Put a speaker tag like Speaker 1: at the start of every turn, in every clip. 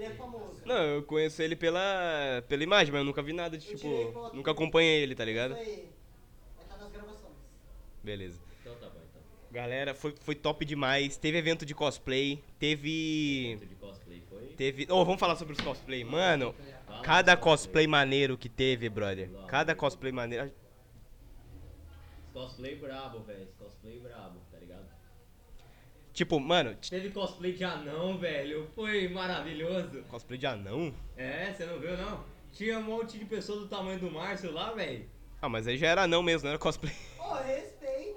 Speaker 1: é famoso.
Speaker 2: Não, eu conheço ele pela, pela imagem, mas eu nunca vi nada de
Speaker 1: Eu
Speaker 2: tipo.
Speaker 1: tirei foto.
Speaker 2: Nunca acompanhei ele, tá ligado?
Speaker 1: Isso aí. Vai estar nas gravações.
Speaker 2: Beleza.
Speaker 3: Então tá bom, então.
Speaker 2: Galera, foi, foi top demais. Teve evento de cosplay, teve.
Speaker 3: Evento de cosplay foi.
Speaker 2: Teve. Ô, vamos falar sobre os cosplay. Mano, cada cosplay maneiro que teve, brother. Cada cosplay maneiro.
Speaker 3: Cosplay brabo, velho. Cosplay brabo, tá ligado?
Speaker 2: Tipo, mano, t-
Speaker 3: Teve cosplay de anão, velho. Foi maravilhoso.
Speaker 2: cosplay de anão?
Speaker 3: É, você não viu não? Tinha um monte de pessoa do tamanho do Márcio lá, velho.
Speaker 2: Ah, mas aí já era anão mesmo, não era cosplay.
Speaker 1: Ô, respeita!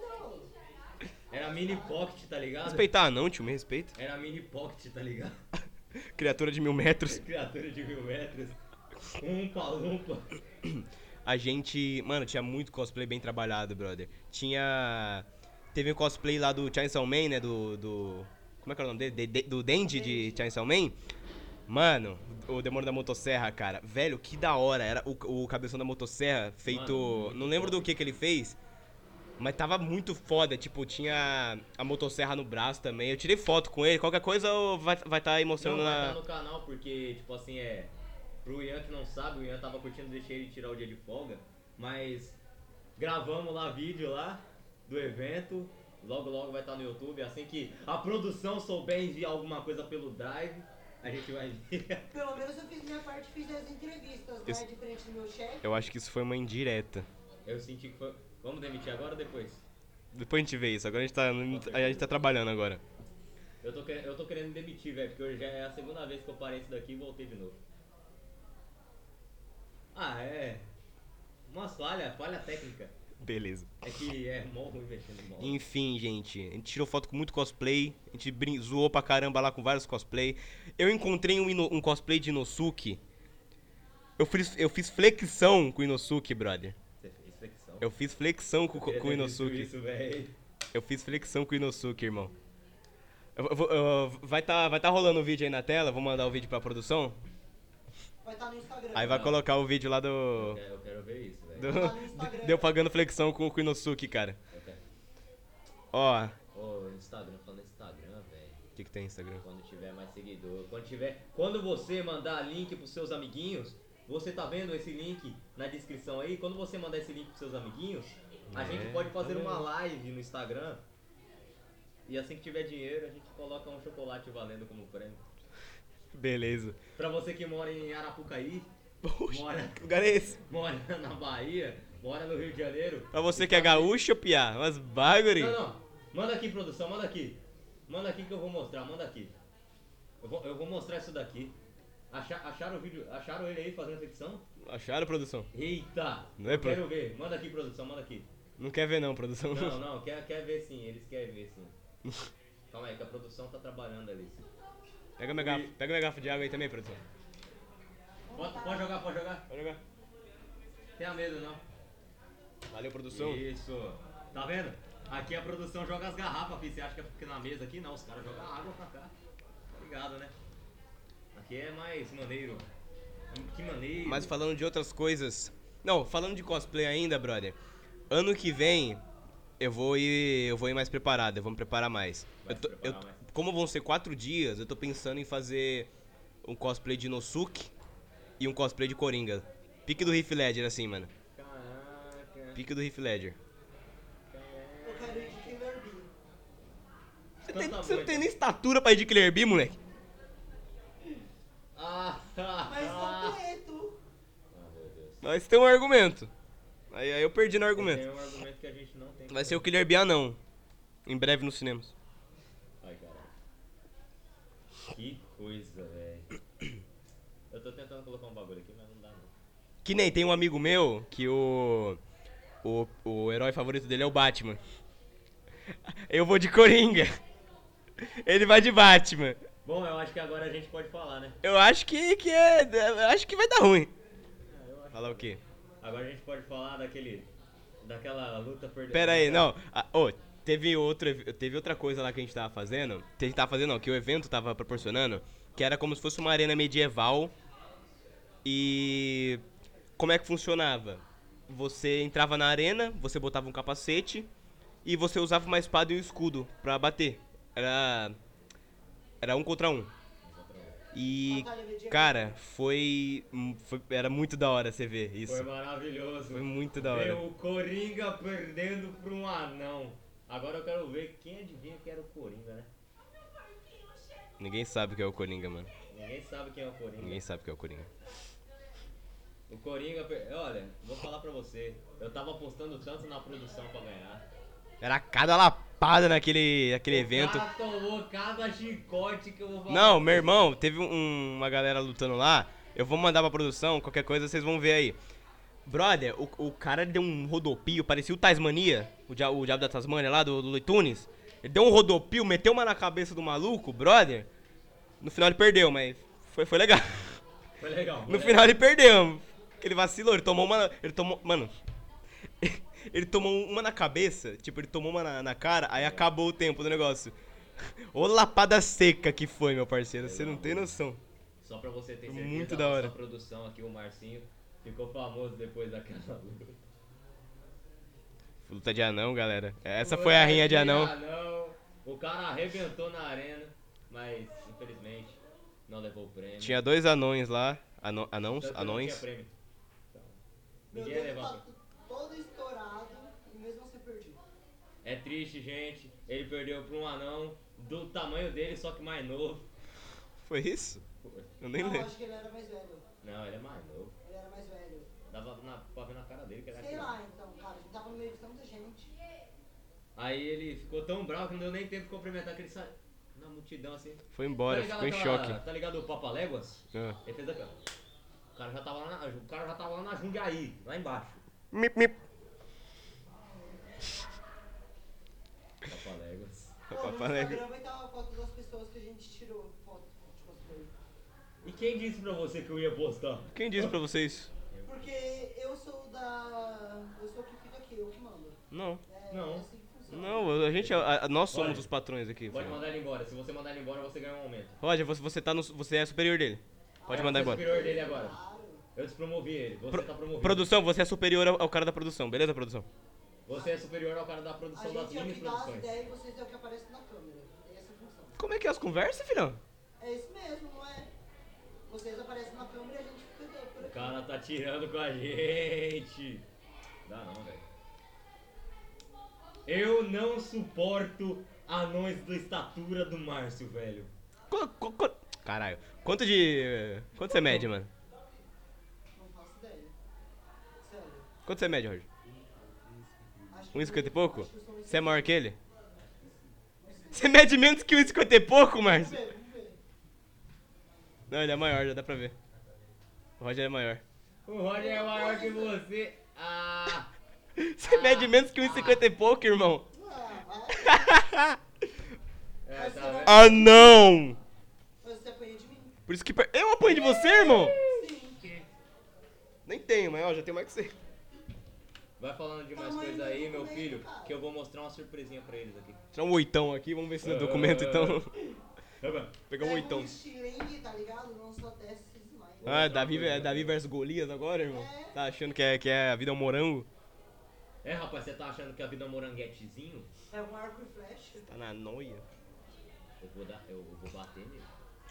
Speaker 3: Era mini pocket, tá ligado?
Speaker 2: Respeitar anão, tio, me respeita.
Speaker 3: Era mini pocket, tá ligado?
Speaker 2: Criatura de mil metros.
Speaker 3: Criatura de mil metros. Um palumpa.
Speaker 2: A gente. Mano, tinha muito cosplay bem trabalhado, brother. Tinha. Teve um cosplay lá do Chainsaw Man, né? Do. do como é que é o nome dele? De- de- do Dendi de Chainsaw Man. Mano, o Demônio da Motosserra, cara. Velho, que da hora. Era o, o cabeção da Motosserra feito.
Speaker 3: Mano, muito
Speaker 2: não lembro do
Speaker 3: top.
Speaker 2: que que ele fez. Mas tava muito foda, tipo, tinha a motosserra no braço também. Eu tirei foto com ele, qualquer coisa eu- vai estar vai tá aí mostrando
Speaker 3: Não, vai
Speaker 2: na.
Speaker 3: estar no canal porque, tipo assim, é. Pro Ian que não sabe, o Ian tava curtindo, deixei ele tirar o dia de folga. Mas gravamos lá vídeo lá do evento. Logo, logo vai estar no YouTube. Assim que a produção souber enviar alguma coisa pelo Drive, a gente vai enviar.
Speaker 1: Pelo menos eu fiz minha parte e fiz as entrevistas, né?
Speaker 2: Isso.
Speaker 1: De frente do meu chefe.
Speaker 2: Eu acho que isso foi uma indireta.
Speaker 3: Eu senti que foi. Vamos demitir agora ou depois?
Speaker 2: Depois a gente vê isso, agora a gente tá, a gente tá trabalhando agora.
Speaker 3: Eu tô, querendo, eu tô querendo demitir, velho, porque hoje já é a segunda vez que eu parei isso daqui e voltei de novo. Ah, é. Uma falha, falha técnica.
Speaker 2: Beleza.
Speaker 3: É que é mó ruim mexendo em mola.
Speaker 2: Enfim, gente, a gente tirou foto com muito cosplay, a gente brin- zoou pra caramba lá com vários cosplay. Eu encontrei um, Ino- um cosplay de Inosuke. Eu fiz, eu fiz flexão com o Inosuke, brother.
Speaker 3: Você fez flexão.
Speaker 2: Eu fiz flexão com,
Speaker 3: queria
Speaker 2: com o
Speaker 3: ter visto
Speaker 2: Inosuke.
Speaker 3: Isso, velho.
Speaker 2: Eu fiz flexão com o Inosuke, irmão. Eu vou- eu- vai tá, vai tá rolando o vídeo aí na tela, vou mandar o vídeo pra produção.
Speaker 1: Vai tá estar no Instagram.
Speaker 2: Aí vai
Speaker 3: Não.
Speaker 2: colocar o vídeo lá
Speaker 3: Eu
Speaker 2: do.
Speaker 3: quero- É, eu quero ver isso, velho.
Speaker 2: do deu pagando flexão com o Inosuke, cara.
Speaker 3: Eu quero.
Speaker 2: Ó,
Speaker 3: Ô, Instagram, falando Instagram, velho.
Speaker 2: o que, que tem no Instagram?
Speaker 3: Quando tiver mais seguidor, quando tiver, quando você mandar link pros seus amiguinhos, você tá vendo esse link na descrição aí? Quando você mandar esse link pros seus amiguinhos, a
Speaker 2: É,
Speaker 3: gente pode fazer
Speaker 2: também.
Speaker 3: uma live no Instagram. E assim que tiver dinheiro, a gente coloca um chocolate valendo como prêmio.
Speaker 2: Beleza.
Speaker 3: Pra você que mora em Arapucaí,
Speaker 2: Poxa,
Speaker 3: Bora.
Speaker 2: que lugar é esse?
Speaker 3: mora na Bahia, mora no Rio de Janeiro.
Speaker 2: Pra você que é gaúcho, piá, mas bagulho.
Speaker 3: Não, não. Manda aqui, produção, manda aqui. Manda aqui que eu vou mostrar, manda aqui. Eu vou, eu vou mostrar isso daqui. Acha- acharam o vídeo, acharam ele aí fazendo ficção?
Speaker 2: Acharam, produção?
Speaker 3: Eita!
Speaker 2: Não é,
Speaker 3: Eu Quero ver. Manda aqui, produção, manda aqui.
Speaker 2: Não quer ver não, produção.
Speaker 3: Não, não, quer, quer ver sim, eles querem ver sim. Calma aí, que a produção tá trabalhando ali.
Speaker 2: Pega minha garrafa, pega minha garrafa de água aí também, produção.
Speaker 3: Pode, pode jogar, pode jogar.
Speaker 2: Pode jogar.
Speaker 3: Tenha medo não.
Speaker 2: Valeu, produção.
Speaker 3: Isso. Tá vendo? Aqui a produção joga as garrafas, filho. Você acha que é porque na mesa aqui? Não, os caras jogam água pra cá. Tá ligado, né? Aqui é mais maneiro. Que maneiro.
Speaker 2: Mas falando de outras coisas... Não, falando de cosplay ainda, brother. Ano que vem, eu vou ir, eu vou ir mais preparado, eu vou me preparar mais.
Speaker 3: Vai
Speaker 2: Eu
Speaker 3: se
Speaker 2: tô- eu-
Speaker 3: preparar mais.
Speaker 2: como vão ser quatro dias, eu tô pensando em fazer um cosplay de Nosuke e um cosplay de Coringa. Pique do Heath Ledger, assim, mano.
Speaker 3: Caraca.
Speaker 2: Pique do Heath Ledger.
Speaker 1: Eu quero ir de Killer Bee.
Speaker 2: Você,
Speaker 3: Então
Speaker 2: tem-
Speaker 3: tá
Speaker 2: você não tem nem estatura pra ir de Killer Bee, moleque.
Speaker 3: Ah,
Speaker 1: Mas sou
Speaker 3: ah.
Speaker 1: preto.
Speaker 3: Ah, meu Deus.
Speaker 2: Mas tem um argumento. Aí, aí eu perdi no
Speaker 3: Tem
Speaker 2: argumento.
Speaker 3: um argumento que a gente não tem.
Speaker 2: Vai ser o Killer Bee não. Em breve nos cinemas.
Speaker 3: Ai, caralho. Que coisa, velho. Eu tô tentando colocar um bagulho aqui, mas não dá não.
Speaker 2: Que nem tem um amigo meu que o. O, o herói favorito dele é o Batman. Eu vou de Coringa. Ele vai de Batman.
Speaker 3: Bom, eu acho que agora a gente pode falar, né?
Speaker 2: Eu acho que, que é. eu Acho que vai dar ruim.
Speaker 3: É, eu acho.
Speaker 2: Falar o quê?
Speaker 3: Agora a gente pode falar daquele. Daquela luta perdida.
Speaker 2: Pera aí, não. Ah, ô, teve, outro, ev- teve outra coisa lá que a gente tava fazendo. Que a gente tava fazendo, não, que o evento tava proporcionando. Que era como se fosse uma arena medieval. E. Como é que funcionava? Você entrava na arena, você botava um capacete. E você usava uma espada e um escudo pra bater. Era. Era um contra um. E,
Speaker 1: Batalha medieval.
Speaker 2: cara, foi, foi- Era muito da hora você ver isso.
Speaker 3: Foi maravilhoso.
Speaker 2: Foi muito da
Speaker 3: Ver
Speaker 2: hora.
Speaker 3: o Coringa perdendo pra um anão. Agora eu quero ver quem adivinha que era o Coringa, né?
Speaker 2: Ninguém sabe o que é o Coringa, mano.
Speaker 3: Ninguém sabe quem é o Coringa.
Speaker 2: Ninguém sabe o que é o Coringa.
Speaker 3: O Coringa, per- olha, vou falar pra você. Eu tava apostando tanto na produção pra ganhar.
Speaker 2: Era cada lapada naquele, naquele
Speaker 3: O
Speaker 2: evento.
Speaker 3: cara Ah, tomou cada chicote que eu vou falar.
Speaker 2: Não, meu irmão, teve um- uma galera lutando lá. Eu vou mandar pra produção, qualquer coisa vocês vão ver aí. Brother, o, o cara deu um rodopio, parecia o Tasmania, o, dia- o diabo da Tasmania lá, do, do Looney Tunes. Ele deu um rodopio, meteu uma na cabeça do maluco, brother. No final ele perdeu, mas foi, foi legal.
Speaker 3: Foi legal. foi
Speaker 2: No
Speaker 3: legal.
Speaker 2: final ele perdeu. Ele vacilou, ele tomou uma. Ele tomou. Mano. Ele tomou uma na cabeça, tipo, ele tomou uma na, na cara, aí acabou o tempo do negócio. Ô lapada seca que foi, meu parceiro, você não tem noção.
Speaker 3: Só pra você ter
Speaker 2: Foi
Speaker 3: certeza,
Speaker 2: muito
Speaker 3: a
Speaker 2: da
Speaker 3: nossa
Speaker 2: hora.
Speaker 3: produção aqui, o Marcinho, ficou famoso depois daquela luta.
Speaker 2: Luta de anão, galera. Essa foi a rainha de anão.
Speaker 3: O cara arrebentou na arena, mas infelizmente não levou o prêmio.
Speaker 2: Tinha dois anões lá. Ano,
Speaker 3: Tanto
Speaker 2: anãos?
Speaker 3: que não tinha
Speaker 2: Anões?
Speaker 3: prêmio. Então,
Speaker 1: Meu
Speaker 3: ninguém ia
Speaker 1: dedo
Speaker 3: levar
Speaker 1: tá
Speaker 3: prêmio.
Speaker 1: todo estourado e mesmo assim perdido.
Speaker 3: É triste, gente. Ele perdeu pra um anão do tamanho dele, só que mais novo.
Speaker 2: Foi isso? Eu nem
Speaker 1: Não,
Speaker 2: lembro.
Speaker 1: acho que ele era mais velho.
Speaker 3: Não, ele é mais novo.
Speaker 1: Ele era mais velho.
Speaker 3: Dava na, pra ver na cara dele que é? ele era
Speaker 1: Sei
Speaker 3: criança.
Speaker 1: lá então, cara. Ele tava no meio de tanta gente.
Speaker 3: Aí ele ficou tão bravo que não deu nem tempo de cumprimentar que ele saiu na multidão assim.
Speaker 2: Foi embora,
Speaker 3: ligado
Speaker 2: ficou em
Speaker 3: aquela-
Speaker 2: choque.
Speaker 3: Tá ligado o Papa Léguas?
Speaker 2: Ah.
Speaker 3: Ele fez aquela. O cara já tava lá na, o cara já tava lá na Jundiaí, lá embaixo.
Speaker 2: Mip, mip.
Speaker 3: Papa Léguas.
Speaker 1: Pô,
Speaker 2: Opa,
Speaker 1: no
Speaker 2: falei.
Speaker 1: Instagram vai estar a foto das pessoas que a gente tirou foto tipo, de cosplay.
Speaker 3: E quem disse pra você que eu ia postar?
Speaker 2: Quem disse pra vocês?
Speaker 1: Porque eu sou da. Eu sou o que fica aqui, eu que mando.
Speaker 2: Não.
Speaker 1: É,
Speaker 3: Não.
Speaker 1: é assim que funciona.
Speaker 2: Não, a gente. é, a- a- nós somos
Speaker 3: Olha,
Speaker 2: os patrões aqui.
Speaker 3: Pode
Speaker 2: filho.
Speaker 3: mandar ele embora. Se você mandar ele embora, você ganha um aumento.
Speaker 2: Roger, você, você, tá no, você é superior dele. Pode
Speaker 3: É,
Speaker 2: mandar
Speaker 3: você é
Speaker 2: embora.
Speaker 3: superior dele agora.
Speaker 1: Claro.
Speaker 3: Eu despromovi ele. Você
Speaker 2: Pro-
Speaker 3: tá promovido.
Speaker 2: Produção, você é superior ao, ao cara da produção, beleza, produção?
Speaker 3: Você é superior ao cara da
Speaker 1: A
Speaker 3: produção das
Speaker 1: gente é o
Speaker 3: minhas
Speaker 1: que dá as
Speaker 3: produções.
Speaker 1: ideias e vocês é o que aparece na câmera. É essa a função.
Speaker 2: Como é que é as conversas, filhão?
Speaker 1: É isso mesmo, não é? Vocês aparecem na câmera e a gente fica dando por
Speaker 3: O
Speaker 1: aqui.
Speaker 3: cara tá tirando com a gente. Dá não, velho. Eu não suporto anões da estatura do Márcio, velho.
Speaker 2: Co- co- co- Caralho. Quanto de. Quanto você mede, mano?
Speaker 1: Não faço ideia. Sério.
Speaker 2: Quanto você mede, Roger?
Speaker 1: Acho que-
Speaker 2: 1,50 e pouco?
Speaker 1: acho que eu sou um
Speaker 2: Você é maior que ele? Você mede menos que 1,50 e pouco,
Speaker 1: Vamos ver,
Speaker 2: Márcio?
Speaker 1: é, vamos ver.
Speaker 2: Não, ele é maior, já dá pra ver. O Roger é maior.
Speaker 3: O Roger é maior que você. Ah!
Speaker 2: Você mede menos que 1,50 e pouco, irmão.
Speaker 1: Ah, vai.
Speaker 3: É, tá vendo?
Speaker 2: Ah, não!
Speaker 1: Mas você apanha de mim?
Speaker 2: Por isso que. per- Eu apanho de você, irmão!
Speaker 3: um
Speaker 1: Sim.
Speaker 2: Nem tenho, mas ó, já tenho mais que você.
Speaker 3: Vai falando de mais
Speaker 1: Tamanho
Speaker 3: coisa aí, meu
Speaker 1: do
Speaker 3: filho,
Speaker 1: documento, cara.
Speaker 3: que eu vou mostrar uma surpresinha pra eles aqui.
Speaker 2: Tirar um oitão aqui, vamos ver se no documento então. Pegar um
Speaker 1: Pega
Speaker 2: oitão.
Speaker 1: um estilingue, tá ligado? Não só desce esses mais.
Speaker 2: Ah, é Davi, é Davi versus Golias agora, irmão? Tá achando que é, que é a vida é um morango?
Speaker 3: É, rapaz, você tá achando que a vida é um moranguetezinho?
Speaker 1: É um arco e flecha.
Speaker 2: Tá na noia.
Speaker 3: Eu vou dar, eu, eu vou bater nele.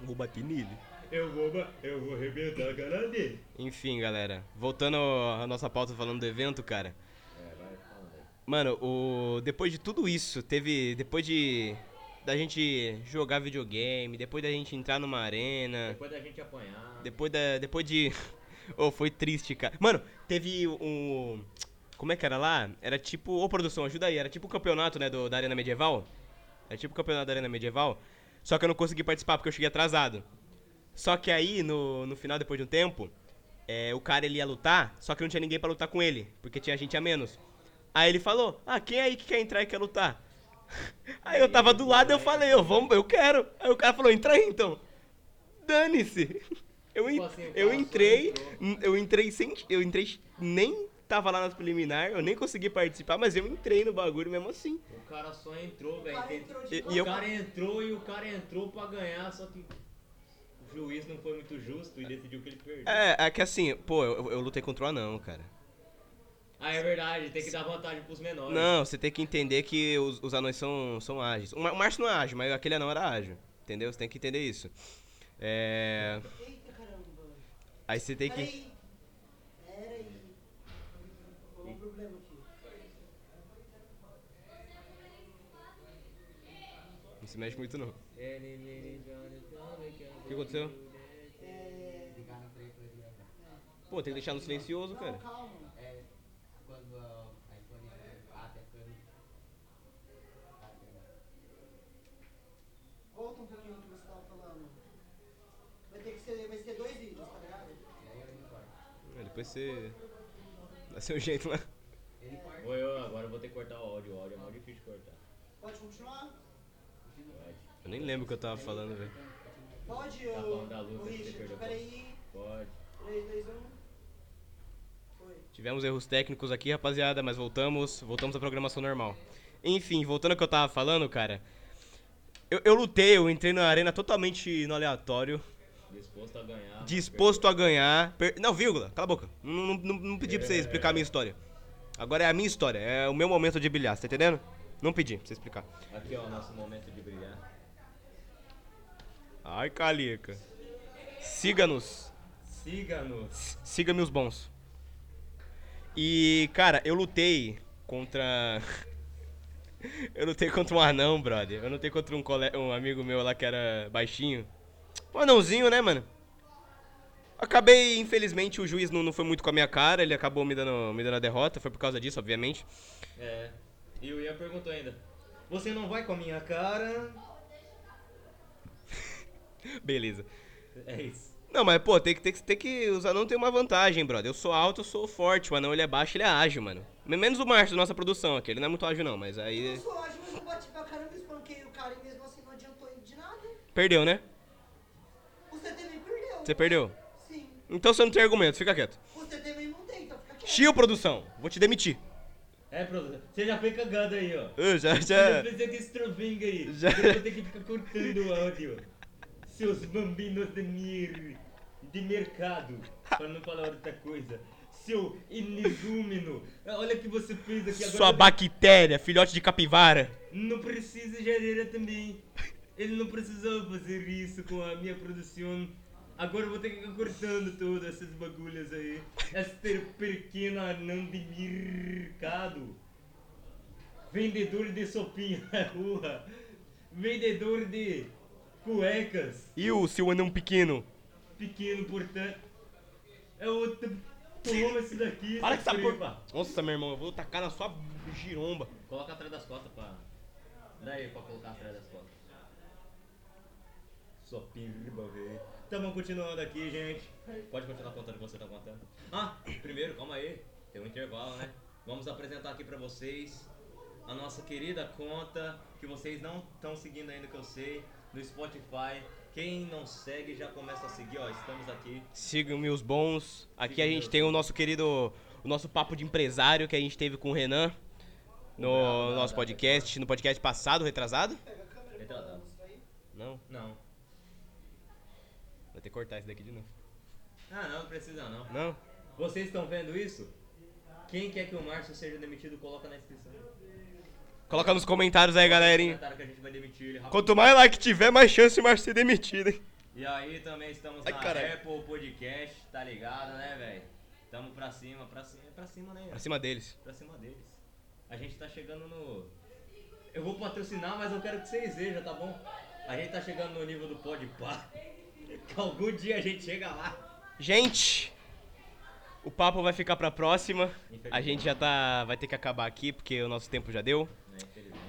Speaker 2: Vou bater nele.
Speaker 3: Eu vou, ba- eu vou arrebentar a cara dele.
Speaker 2: Enfim, galera. Voltando à nossa pauta falando do evento, cara.
Speaker 3: É, vai falando aí.
Speaker 2: Mano, o depois de tudo isso, teve depois de da gente jogar videogame, depois da gente entrar numa arena,
Speaker 3: Depois da gente apanhar.
Speaker 2: depois da depois de Oh, foi triste, cara. Mano, teve um como é que era lá? Era tipo, ô produção, ajuda aí, era tipo o campeonato, né, do, da Arena Medieval? Era tipo o campeonato da Arena Medieval, só que eu não consegui participar porque eu cheguei atrasado. Só que aí, no, no final, depois de um tempo, é, o cara ele ia lutar, só que não tinha ninguém pra lutar com ele, porque tinha gente a menos. Aí ele falou, ah, quem aí que quer entrar e quer lutar? Aí eu tava do lado eu falei, eu, vamos, eu quero. Aí o cara falou, entra aí então. Dane-se. Eu, en-
Speaker 3: Tipo assim, o cara
Speaker 2: eu
Speaker 3: só
Speaker 2: entrei,
Speaker 3: entrou.
Speaker 2: eu entrei sem. Eu entrei. Nem tava lá nas preliminar, eu nem consegui participar, mas eu entrei no bagulho mesmo assim.
Speaker 3: O cara só entrou,
Speaker 1: O
Speaker 3: velho.
Speaker 1: cara
Speaker 3: tem-
Speaker 1: entrou
Speaker 2: E-
Speaker 1: de
Speaker 2: e eu-
Speaker 3: O cara entrou e o cara entrou pra ganhar, só que o juiz não foi muito justo e decidiu que ele perdeu.
Speaker 2: É, é que assim, pô, eu, eu lutei contra o anão, cara.
Speaker 3: Ah, é verdade, tem que dar vantagem pros menores.
Speaker 2: Não, você tem que entender que os, os anões são, são ágeis. O Mar- o Márcio não é ágil, mas aquele anão era ágil. Entendeu? Você tem que entender isso. É.
Speaker 1: Eita caramba.
Speaker 2: Aí você tem que.
Speaker 1: Peraí. Peraí. Qual o problema aqui?
Speaker 2: Não se mexe muito não. O
Speaker 3: O
Speaker 2: que aconteceu?
Speaker 1: É...
Speaker 4: Ligar no 338.
Speaker 2: Pô, tem que deixar no silencioso,
Speaker 1: Não,
Speaker 2: cara.
Speaker 1: calma.
Speaker 4: É quando ah, o iPhone abre a câmera. Ah, perdão.
Speaker 1: Volta um pouquinho do que você tava falando. Vai ter que ser, vai ser dois vídeos, tá ligado?
Speaker 4: E aí eu não corto.
Speaker 2: É, depois você. Dá seu jeito lá.
Speaker 4: Ele corta.
Speaker 3: Oi, eu agora eu vou ter que cortar o áudio. O áudio é mal difícil de cortar.
Speaker 1: Pode continuar?
Speaker 3: Pode.
Speaker 2: Eu nem lembro o que eu tava falando, velho.
Speaker 1: Pode,
Speaker 3: Tá
Speaker 1: eu,
Speaker 3: falando da luta
Speaker 1: o
Speaker 3: que você
Speaker 1: Richard.
Speaker 3: perdeu.
Speaker 1: Peraí.
Speaker 3: Pode.
Speaker 1: 3, 2, 1. Foi.
Speaker 2: Tivemos erros técnicos aqui, rapaziada, mas voltamos, voltamos à programação normal. Enfim, voltando ao que eu tava falando, cara. Eu, eu lutei, eu entrei na arena totalmente no aleatório,
Speaker 3: Disposto a ganhar.
Speaker 2: disposto a ganhar. per- Não, vírgula, cala a boca. Não, não, não- não pedi pra você explicar a minha história. Agora é a minha história, é o meu momento de brilhar, você tá entendendo? Não pedi pra você explicar.
Speaker 3: Aqui, ó, nosso momento de brilhar.
Speaker 2: Ai, calica. Siga-nos.
Speaker 3: Siga-nos.
Speaker 2: Siga-me os bons. E, cara, eu lutei contra. eu lutei contra um anão, brother. Eu lutei contra um, cole... um amigo meu lá que era baixinho. Um anãozinho, né, mano? Acabei, infelizmente, o juiz não, não foi muito com a minha cara, ele acabou me dando, me dando a derrota, foi por causa disso, obviamente.
Speaker 3: É. E o Ian perguntou ainda. Você não vai com a minha cara?
Speaker 2: Beleza.
Speaker 3: É isso.
Speaker 2: Não, mas, pô, tem que, tem que, tem que. Os anãos têm uma vantagem, brother. Eu sou alto, eu sou forte. O anão ele é baixo, ele é ágil, mano. Menos o Márcio da nossa produção aqui, ele não é muito ágil, não, mas
Speaker 1: Eu
Speaker 2: aí.
Speaker 1: sou ótimo, mas eu bati pra caramba, espanquei o cara e mesmo assim não adiantou de nada.
Speaker 2: Perdeu, né?
Speaker 1: O CTV perdeu.
Speaker 2: Você perdeu.
Speaker 1: Sim.
Speaker 2: Então você não tem argumento, fica quieto.
Speaker 1: O CTV não tem, então fica quieto.
Speaker 2: Chio produção, vou te demitir.
Speaker 3: É, produção. Você já foi cagado aí, ó.
Speaker 2: Eu já,
Speaker 3: Você
Speaker 2: já.
Speaker 3: precisa desse trovinho aí.
Speaker 2: Já-
Speaker 3: Eu vou ter que ficar cortando o áudio. Seus bambinos de, mir... de mercado. Pra não falar outra coisa. Seu inigúmeno. Olha o que você fez aqui agora.
Speaker 2: Sua bactéria, filhote de capivara.
Speaker 3: Não precisa gerir também. Ele não precisava fazer isso com a minha produção. Agora eu vou ter que ficar cortando todas essas bagulhas aí. É Esta pequena anã de mercado. Vendedor de sopinha na rua. Vendedor de cuecas.
Speaker 2: E o seu anão pequeno?
Speaker 3: Pequeno, portanto. É outro. Toma esse daqui.
Speaker 2: Para com essa porra.
Speaker 3: tripa.
Speaker 2: Nossa, meu irmão, eu vou tacar na sua giromba.
Speaker 3: Coloca atrás das costas pra. Daí pra colocar atrás das costas. Só pirba, velho. Tamo Tá continuando aqui, gente. Pode continuar contando o que você tá contando. Ah, primeiro, calma aí. Tem um intervalo, né? Vamos apresentar aqui pra vocês a nossa querida conta, que vocês não estão seguindo ainda, que eu sei, no Spotify. Quem não segue já começa a seguir, ó. Estamos aqui.
Speaker 2: Sigam-me os bons. Aqui a
Speaker 3: Sigam-me
Speaker 2: gente
Speaker 3: os
Speaker 2: tem o nosso querido. O nosso papo de empresário que a gente teve com o Renan. No nosso podcast, no podcast passado, retrasado?
Speaker 3: Retratado.
Speaker 2: Não,
Speaker 3: Não.
Speaker 2: vai ter que cortar isso daqui de novo.
Speaker 3: Ah, não, precisa não.
Speaker 2: Não?
Speaker 3: Vocês estão vendo isso? Quem quer que o Márcio seja demitido, coloca na inscrição.
Speaker 2: Coloca nos comentários aí, galerinha.
Speaker 3: Comentaram que a gente vai demitir ele rápido.
Speaker 2: Quanto mais like tiver, mais chance de mais ser demitido, hein?
Speaker 3: E aí também estamos
Speaker 2: Ai,
Speaker 3: na
Speaker 2: caralho.
Speaker 3: Apple Podcast, tá ligado, né, velho? Tamo pra cima, pra cima, é pra cima, né?
Speaker 2: Pra cima deles.
Speaker 3: Pra cima deles. A gente tá chegando no... Eu vou patrocinar, mas eu quero que vocês vejam, tá bom? A gente tá chegando no nível do Podpah. Que algum dia a gente chega lá.
Speaker 2: Gente, o papo vai ficar pra próxima. A
Speaker 3: Infelizmente.
Speaker 2: gente já tá. Vai ter que acabar aqui, porque o nosso tempo já deu.
Speaker 3: É, infelizmente.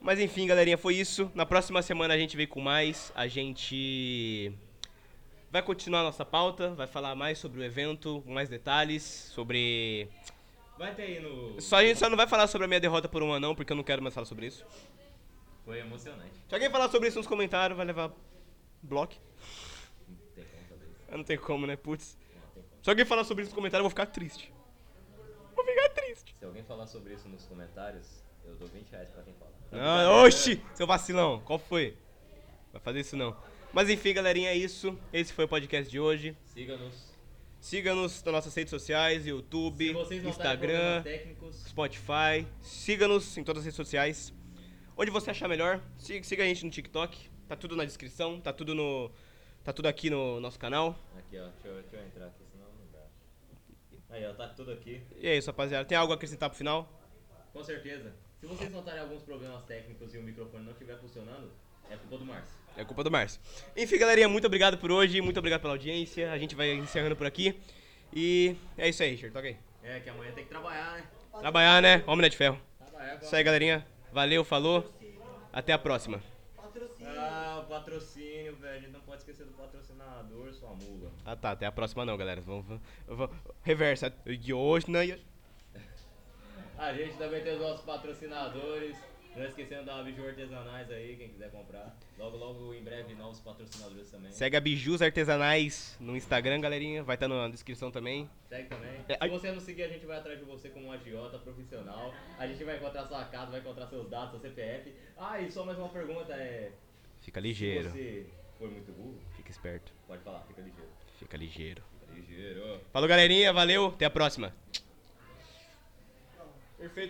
Speaker 2: Mas enfim, galerinha, foi isso. Na próxima semana a gente vem com mais. A gente vai continuar a nossa pauta, vai falar mais sobre o evento, com mais detalhes, sobre.
Speaker 3: Vai ter aí no...
Speaker 2: Só a gente só não vai falar sobre a minha derrota por um anão, porque eu não quero mais falar sobre isso.
Speaker 3: Foi emocionante.
Speaker 2: Se alguém falar sobre isso nos comentários, vai levar bloco.
Speaker 3: Não tem como fazer isso.
Speaker 2: Ah, Não tem como, né? Putz.
Speaker 3: Não tem como.
Speaker 2: Se alguém falar sobre isso nos comentários, eu vou ficar triste. Vou ficar triste.
Speaker 3: Se alguém falar sobre isso nos comentários, eu dou 20 reais pra quem fala.
Speaker 2: Ah,
Speaker 3: Tá
Speaker 2: Não, oxi! Seu vacilão, qual foi? Vai fazer isso não. Mas enfim, galerinha, é isso. Esse foi o podcast de hoje.
Speaker 3: Siga-nos.
Speaker 2: Siga-nos nas nossas redes sociais, YouTube,
Speaker 3: Se vocês não tá
Speaker 2: Instagram,
Speaker 3: Instagram. técnicos,
Speaker 2: Spotify. Siga-nos em todas as redes sociais. Onde você achar melhor, siga, siga a gente no TikTok. Tá tudo na descrição, tá tudo no. Tá tudo aqui no nosso canal.
Speaker 3: Aqui, ó. Deixa eu, deixa eu entrar aqui, senão não dá. Aí, ó. Tá tudo aqui.
Speaker 2: E é isso, rapaziada. Tem algo a acrescentar pro final?
Speaker 3: Com certeza. Se vocês notarem alguns problemas técnicos e o microfone não estiver funcionando, é culpa do Márcio.
Speaker 2: É culpa do Márcio. Enfim, galerinha, muito obrigado por hoje. Muito obrigado pela audiência. A gente vai encerrando por aqui. E é isso aí, Richard. Toca aí.
Speaker 3: É, que amanhã tem que trabalhar, né?
Speaker 2: Trabalhar, né? Homem não é de ferro.
Speaker 3: Trabalhar agora.
Speaker 2: Isso aí, galerinha. Valeu, falou. Até a próxima.
Speaker 1: Patrocínio.
Speaker 3: Ah, o patrocínio, velho. A gente não pode esquecer do patrocinador, sua mula.
Speaker 2: Ah tá, até a próxima não, galera. Vamos, vamos, vamos- reversa. De hoje, né?
Speaker 3: A gente também tem os nossos patrocinadores. Não esquecendo da Biju Artesanais aí, quem quiser comprar. Logo, logo, em breve, novos patrocinadores também.
Speaker 2: Segue a Bijus Artesanais no Instagram, galerinha. Vai estar na descrição também.
Speaker 3: Segue também.
Speaker 2: É, ai-
Speaker 3: Se você não seguir, a gente vai atrás de você como um agiota profissional. A gente vai encontrar sua casa, vai encontrar seus dados, seu CPF. Ah, e só mais uma pergunta é.
Speaker 2: Fica ligeiro.
Speaker 3: Se você for muito burro,
Speaker 2: Fica esperto.
Speaker 3: pode falar, fica ligeiro.
Speaker 2: Fica ligeiro.
Speaker 3: Fica ligeiro.
Speaker 2: Falou, galerinha. Valeu. Até a próxima.
Speaker 3: Perfeito.